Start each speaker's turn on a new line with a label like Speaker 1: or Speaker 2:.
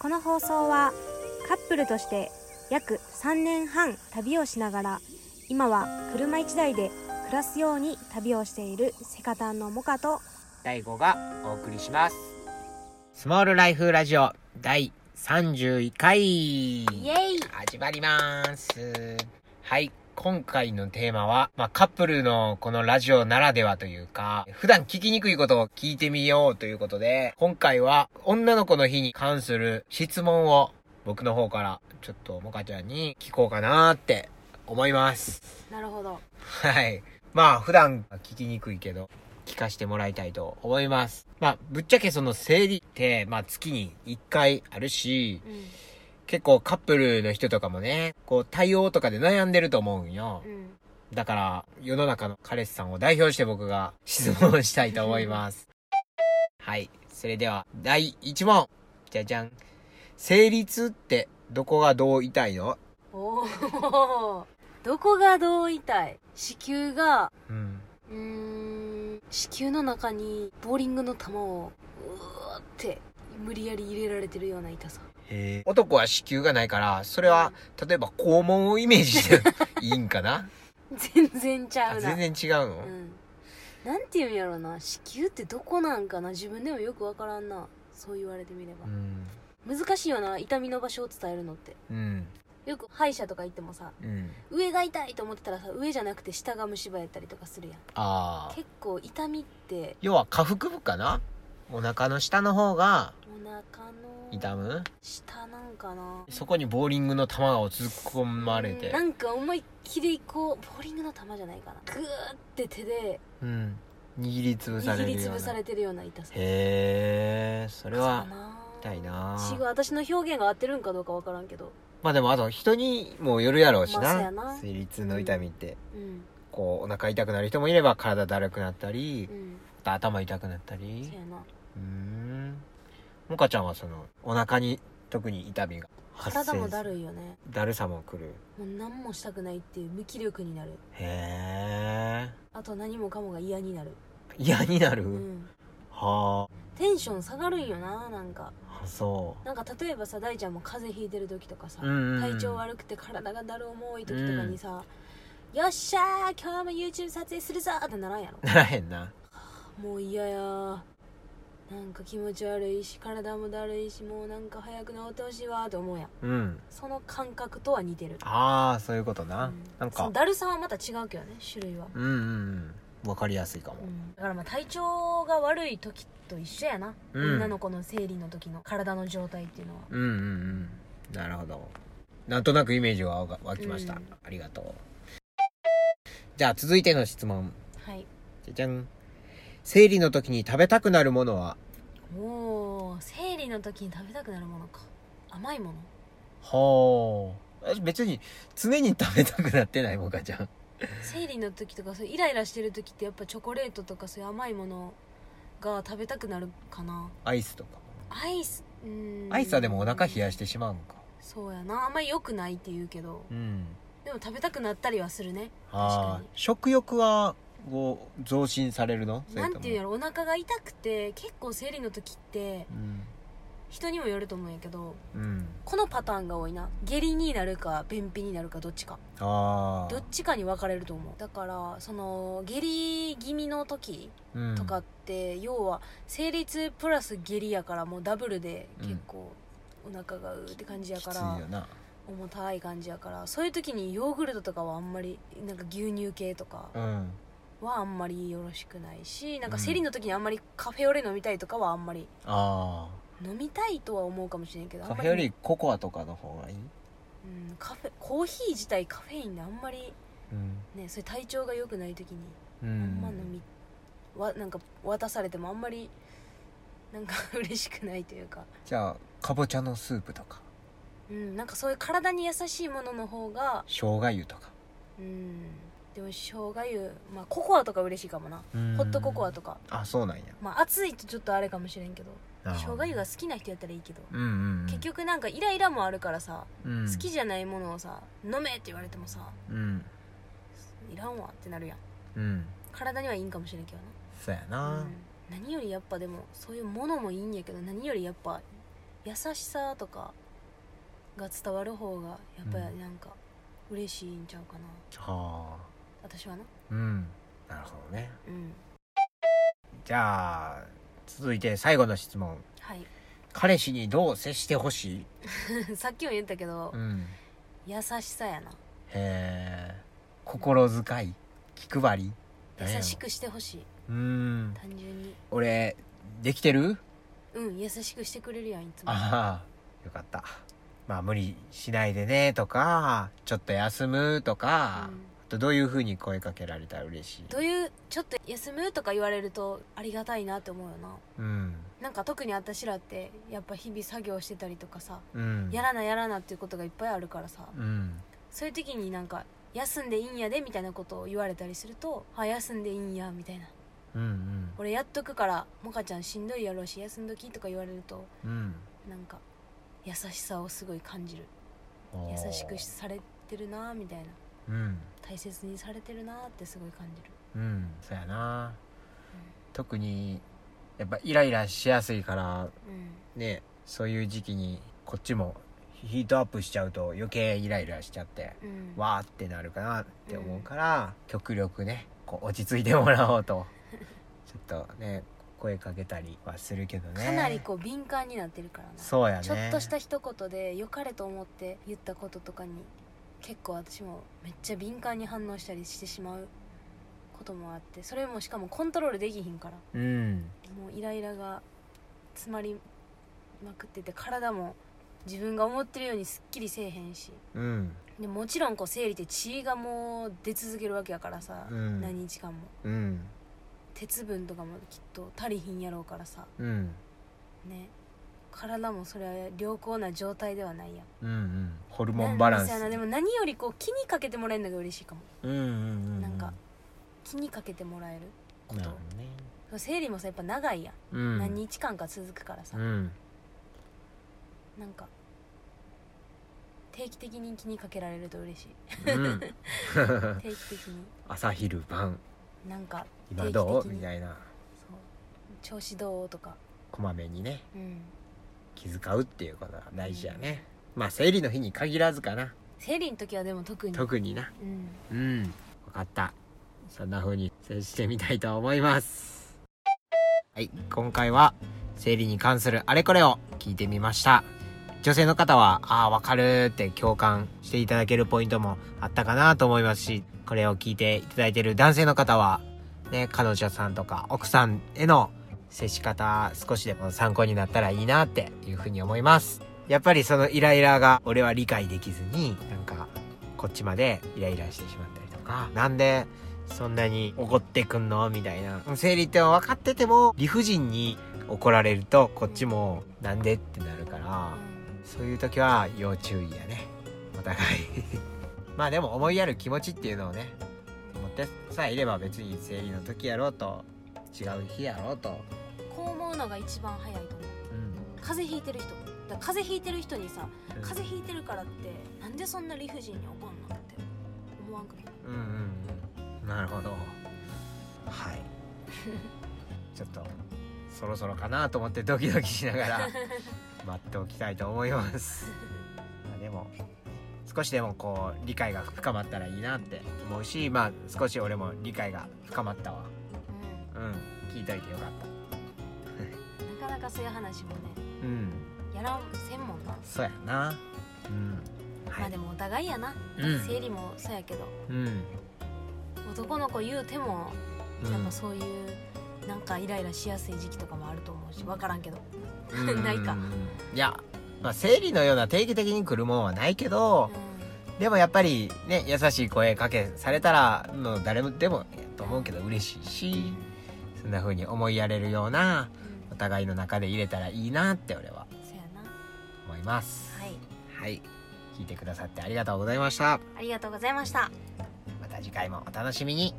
Speaker 1: この放送はカップルとして約3年半旅をしながら今は車1台で暮らすように旅をしているセカタンのモカと
Speaker 2: 第5がお送りします。スモールライフラジオ第31回
Speaker 1: イエイ
Speaker 2: 始まります。はい。今回のテーマは、まあ、カップルのこのラジオならではというか、普段聞きにくいことを聞いてみようということで、今回は女の子の日に関する質問を僕の方からちょっとモカちゃんに聞こうかなって思います。
Speaker 1: なるほど
Speaker 2: はい。まあ、普段聞きにくいけど、聞かせてもらいたいと思います。まあ、ぶっちゃけその生理って、まあ、月に1回あるし、
Speaker 1: う
Speaker 2: 結構カップルの人とかもね、こう、対応とかで悩んでると思うんよ
Speaker 1: んう。ん
Speaker 2: だから、世の中の彼氏さんを代表して僕が質問をしたいと思います。はい。それでは、第1問。じゃじゃん。生理痛って、どこがどう痛いの
Speaker 3: おお どこがどう痛い子宮が
Speaker 2: うん。
Speaker 3: うーん子宮の中にボーリングの球をうわって無理やり入れられてるような痛さ
Speaker 2: 男は子宮がないから、それは、例えば肛門をイメージしていいん かな
Speaker 3: 全然ちゃ
Speaker 2: あ
Speaker 3: うな
Speaker 2: 全然違うの、
Speaker 3: うんなんていうんやろな子宮ってどこなんかな自分でもよくわからんなそう言われてみれば
Speaker 2: う、ん。
Speaker 3: 難しいよな痛みの場所を伝えるのって
Speaker 2: うん。
Speaker 3: よく歯医者とか行ってもさ
Speaker 2: うん。
Speaker 3: 上が痛いと思ってたらさ上じゃなくて下が虫歯やったりとかするやん
Speaker 2: ああ。
Speaker 3: 結構痛みって
Speaker 2: 要は下腹部かなお腹の下の方が
Speaker 3: お腹の
Speaker 2: 痛む
Speaker 3: 下なんかな
Speaker 2: そこにボーリングの球を突っ込まれ
Speaker 3: うん
Speaker 2: て
Speaker 3: なんか思いっきりこうボーリングの球じゃないかなグーって手で
Speaker 2: うん握りつぶされ
Speaker 3: 握
Speaker 2: る
Speaker 3: りつ
Speaker 2: よう
Speaker 3: ぶ
Speaker 2: な
Speaker 3: さ
Speaker 2: へ
Speaker 3: れてるような痛さ
Speaker 2: えそれ
Speaker 3: か
Speaker 2: は
Speaker 3: な
Speaker 2: 痛いな
Speaker 3: 違う私の表現が合ってるんかどうか分からんけど
Speaker 2: まあでもあと人にもよるやろうし
Speaker 3: まあそう
Speaker 2: な,、
Speaker 3: やな
Speaker 2: 生理痛の痛みって、
Speaker 3: うん
Speaker 2: こうお腹痛くなる人もいれば体だるくなったり
Speaker 3: う、ん
Speaker 2: あと頭痛くなった
Speaker 3: そ
Speaker 2: り
Speaker 3: うやな
Speaker 2: うーんもかちゃんはそのお腹に特に痛みが発生
Speaker 3: 体もだ
Speaker 2: る
Speaker 3: るいよね
Speaker 2: だるさもくる
Speaker 3: もう何もしたくないっていう無気力になる
Speaker 2: へえ
Speaker 3: あと何もかもが嫌になる
Speaker 2: 嫌になる、
Speaker 3: うん
Speaker 2: は
Speaker 3: テンション下がるんよななんか
Speaker 2: ああそ
Speaker 3: なんか例えばさ大ちゃんも風邪ひいてる時とかさ、
Speaker 2: う、うんうん、
Speaker 3: 体調悪くて体がだる重い時とかにさ、よっしゃー今日も YouTube 撮影するぞーってならんやろ
Speaker 2: ならへんな
Speaker 3: もう嫌やーなんか気持ち悪いし体もだるいしもうなんか早く治ってほしいわーって思うやん
Speaker 2: うん
Speaker 3: その感覚とは似てる
Speaker 2: ああそういうことな、
Speaker 3: うん
Speaker 2: なん
Speaker 3: そ
Speaker 2: か
Speaker 3: のだるさはまた違うけどね種類は、
Speaker 2: うんうんうんわかりやすいかも
Speaker 3: うん、だからまあ体調が悪い時と一緒やな、
Speaker 2: うん
Speaker 3: 女の子の生理の時の体の状態っていうのは
Speaker 2: うんうんうんなるほどなんとなくイメージはわ湧きました、
Speaker 3: うん
Speaker 2: ありがとうじゃあ続いての質問
Speaker 3: はい
Speaker 2: じゃじゃん生理の時に食べたくなるものは
Speaker 3: おー生理の時に食べたくなるものか甘いもの
Speaker 2: はあ別に常に食べたくなってないもかちゃん
Speaker 3: 生理の時とかそういうイライラしてる時ってやっぱチョコレートとかそういう甘いものが食べたくなるかな
Speaker 2: アイスとか
Speaker 3: アイスうーん
Speaker 2: アイスはでもお腹冷やしてしまうのか
Speaker 3: そうやなあんまり良くないって言うけど
Speaker 2: うん
Speaker 3: でも食べたくなったりはするね
Speaker 2: あ
Speaker 3: 確か
Speaker 2: ー食欲はこう増進されるのそれ
Speaker 3: な
Speaker 2: と
Speaker 3: ん
Speaker 2: も
Speaker 3: ていうんやろお腹が痛くて結構生理の時って人にもよると思うんやけど
Speaker 2: うん、うん、
Speaker 3: このパターンが多いな下痢になるか便秘になるかどっちか
Speaker 2: ああ
Speaker 3: どっちかに分かれると思うだからその下痢気味の時
Speaker 2: うん
Speaker 3: とかって、要は生理痛プラス下痢やからもうダブルで結構お腹がうーって感じや
Speaker 2: きつ
Speaker 3: か
Speaker 2: い
Speaker 3: ら、
Speaker 2: よな
Speaker 3: 重たい感じやからそういう時にヨーグルトとかはあんまりなんか牛乳系とか
Speaker 2: うん
Speaker 3: はあんまりよろしくないしなん
Speaker 2: う
Speaker 3: か
Speaker 2: ん
Speaker 3: 生理の時にあんまりカフェオレ飲みたいとかはあんまり
Speaker 2: あ
Speaker 3: 飲みたいとは思うかもしれんけど
Speaker 2: あ
Speaker 3: あん
Speaker 2: カ
Speaker 3: ま
Speaker 2: フ
Speaker 3: り
Speaker 2: ェよりココアとかの方がいい、
Speaker 3: うん、カフェコーヒー自体カフェインであんまり
Speaker 2: うん
Speaker 3: ねそういう体調が良くない時にあ
Speaker 2: うん
Speaker 3: んま飲み、わなんか渡されてもあんまりなんか 嬉しくないというか
Speaker 2: じゃあかぼちゃのスープとか
Speaker 3: うん、なんかそういう体に優しいものの方が
Speaker 2: 生姜湯とか、
Speaker 3: うんでも生姜湯まあココアとか嬉しいかもなホットココアとか
Speaker 2: あそうなんや
Speaker 3: まあ暑いとちょっとあれかもしれんけど
Speaker 2: なる
Speaker 3: 生
Speaker 2: ほど
Speaker 3: 姜湯が好きな人やったらいいけど、
Speaker 2: うんうんうん
Speaker 3: 結、局なんかイライラもあるからさ、
Speaker 2: うん、
Speaker 3: 好きじゃないものをさ飲めって言われてもさ
Speaker 2: うん
Speaker 3: いらんわってなるやん
Speaker 2: うん
Speaker 3: 体にはいいんかもしれんけど
Speaker 2: そうや
Speaker 3: な、う
Speaker 2: な、
Speaker 3: ん、何よりやっぱでもそういうものもいいんやけど何よりやっぱ優しさとかが伝わる方がやっぱりなんか嬉しいんちゃうかな、
Speaker 2: はあ
Speaker 3: 私はな
Speaker 2: うんなるほどね
Speaker 3: うん
Speaker 2: じゃあ続いて最後の質問
Speaker 3: はい
Speaker 2: 彼氏にどう接してほしい、
Speaker 3: さっきも言ったけど、
Speaker 2: ん、
Speaker 3: 優しさやな
Speaker 2: へえ心遣い気配り
Speaker 3: 優しくしてほしい
Speaker 2: うん
Speaker 3: 単純に
Speaker 2: 俺できてる
Speaker 3: うん優しくしてくれるやんいつも
Speaker 2: ああよかったまあ無理しないでねとかちょっと休むとか、
Speaker 3: うん
Speaker 2: あとどういうふうに声かけられたら嬉しい
Speaker 3: どういうちょっと休むとか言われるとありがたいなって思うよな
Speaker 2: うん
Speaker 3: なんか特に私らってやっぱ日々作業してたりとかさ
Speaker 2: うん
Speaker 3: やらなやらなっていうことがいっぱいあるからさ
Speaker 2: うん
Speaker 3: そういう時になんか休んでいいんやでみたいなことを言われたりするとあ休んでいいんやみたいな
Speaker 2: うんうん
Speaker 3: 俺やっとくからもかちゃんしんどいやろうし休んどきとか言われると
Speaker 2: うん
Speaker 3: なんか優しさをすごい感じる優しくされてるなみたいな
Speaker 2: うん
Speaker 3: 大切にされてるなってすごい感じる
Speaker 2: うんそうやな、特にやっぱイライラしやすいから
Speaker 3: う
Speaker 2: ねそういう時期にこっちもヒートアップしちゃうと余計イライラしちゃって
Speaker 3: んうん
Speaker 2: わーってなるかなって思うから、極力ねこう落ち着いてもらお うとちょっとね声かけたりはするけどね
Speaker 3: かなりこう敏感になってるからな
Speaker 2: そうやね
Speaker 3: ちょっとした一言で良かれと思って言ったこととかに結構私もめっちゃ敏感に反応したりしてしまうこともあってそれもしかもコントロールできひんから
Speaker 2: うん
Speaker 3: もうイライラが詰まりまくってて体も自分が思ってるようにすっきりせえへんし
Speaker 2: うん
Speaker 3: でもちろんこう生理って血がもう出続けるわけやからさ、
Speaker 2: うん
Speaker 3: 何日間も
Speaker 2: うん
Speaker 3: 鉄分とかもきっと足りひんやろうからさ
Speaker 2: うん
Speaker 3: ね体もそれは良好な状態ではないやん
Speaker 2: うんうんホルモンバランス
Speaker 3: なんせやなでも何よりこう気にかけてもらえるのが嬉しいかも
Speaker 2: うんうんうん
Speaker 3: なんか気にかけてもらえる
Speaker 2: なるほどね
Speaker 3: 生理もさやっぱ長いやん、
Speaker 2: うん
Speaker 3: 何日間か続くからさ、
Speaker 2: うん
Speaker 3: なんか定期的に気にかけられると嬉しい
Speaker 2: うん
Speaker 3: 定期的に
Speaker 2: 朝昼晩
Speaker 3: なんか
Speaker 2: 今ど
Speaker 3: 定期
Speaker 2: う
Speaker 3: 的に
Speaker 2: みたいな
Speaker 3: そう調子どうとか
Speaker 2: こまめにね
Speaker 3: うん
Speaker 2: 気遣うっていうことが大事やね、まあ生理の日に限らずかな
Speaker 3: 生理の時はでも特に
Speaker 2: 特にな
Speaker 3: うん
Speaker 2: うん分かったそんな風に接してみたいと思いますはい今回は生理に関するあれこれを聞いてみました女性の方はああわかるって共感していただけるポイントもあったかなと思いますしこれを聞いていただいている男性の方はね彼女さんとか奥さんへの接し方少しでも参考になったらいいなっていうふうに思いますやっぱりそのイライラが俺は理解できずになんかこっちまでイライラしてしまったりとかなんでそんなに怒ってくんのみたいな生理って分かってても理不尽に怒られるとこっちもなんでってなるからそういう時は要注意やねお互い まあでも思いやる気持ちっていうのをね持ってさえいれば別に生理の時やろうと違う日やろうと、
Speaker 3: こう思うのが一番早いと思う
Speaker 2: うん
Speaker 3: 風邪ひいてる人だから風邪ひいてる人にさ
Speaker 2: うん
Speaker 3: 風邪ひいてるからってなんでそんな理不尽に怒んのって思わんくない
Speaker 2: うんうんうんなるほどはいちょっとそろそろかなと思ってドキドキしながら待っておきたいと思いますまあでも少しでもこう理解が深まったらいいなって思うしまあ少し俺も理解が深まったわうん聞いといてよかった
Speaker 3: うんなかなかそういう話もね
Speaker 2: うん
Speaker 3: やらんせんもんな、
Speaker 2: そうやなうん
Speaker 3: ま
Speaker 2: は
Speaker 3: あ
Speaker 2: い
Speaker 3: でもお互いやな、
Speaker 2: うん
Speaker 3: 生理もそうやけど
Speaker 2: うん
Speaker 3: 男の子言うても
Speaker 2: う
Speaker 3: やっぱ
Speaker 2: ん
Speaker 3: そういうなんかイライラしやすい時期とかもあると思うし分からんけど
Speaker 2: うん
Speaker 3: ないか
Speaker 2: いやまあ生理のような定期的に来るもんはないけど、でもやっぱりね優しい声かけされたらもう誰もでもやと思うけど嬉しいしそんな風に思いやれるようなお互いの中で入れたらいいなって俺は
Speaker 3: そうやな
Speaker 2: 思います
Speaker 3: はい
Speaker 2: はい聞いてくださってありがとうございました
Speaker 3: ありがとうございました
Speaker 2: また次回もお楽しみに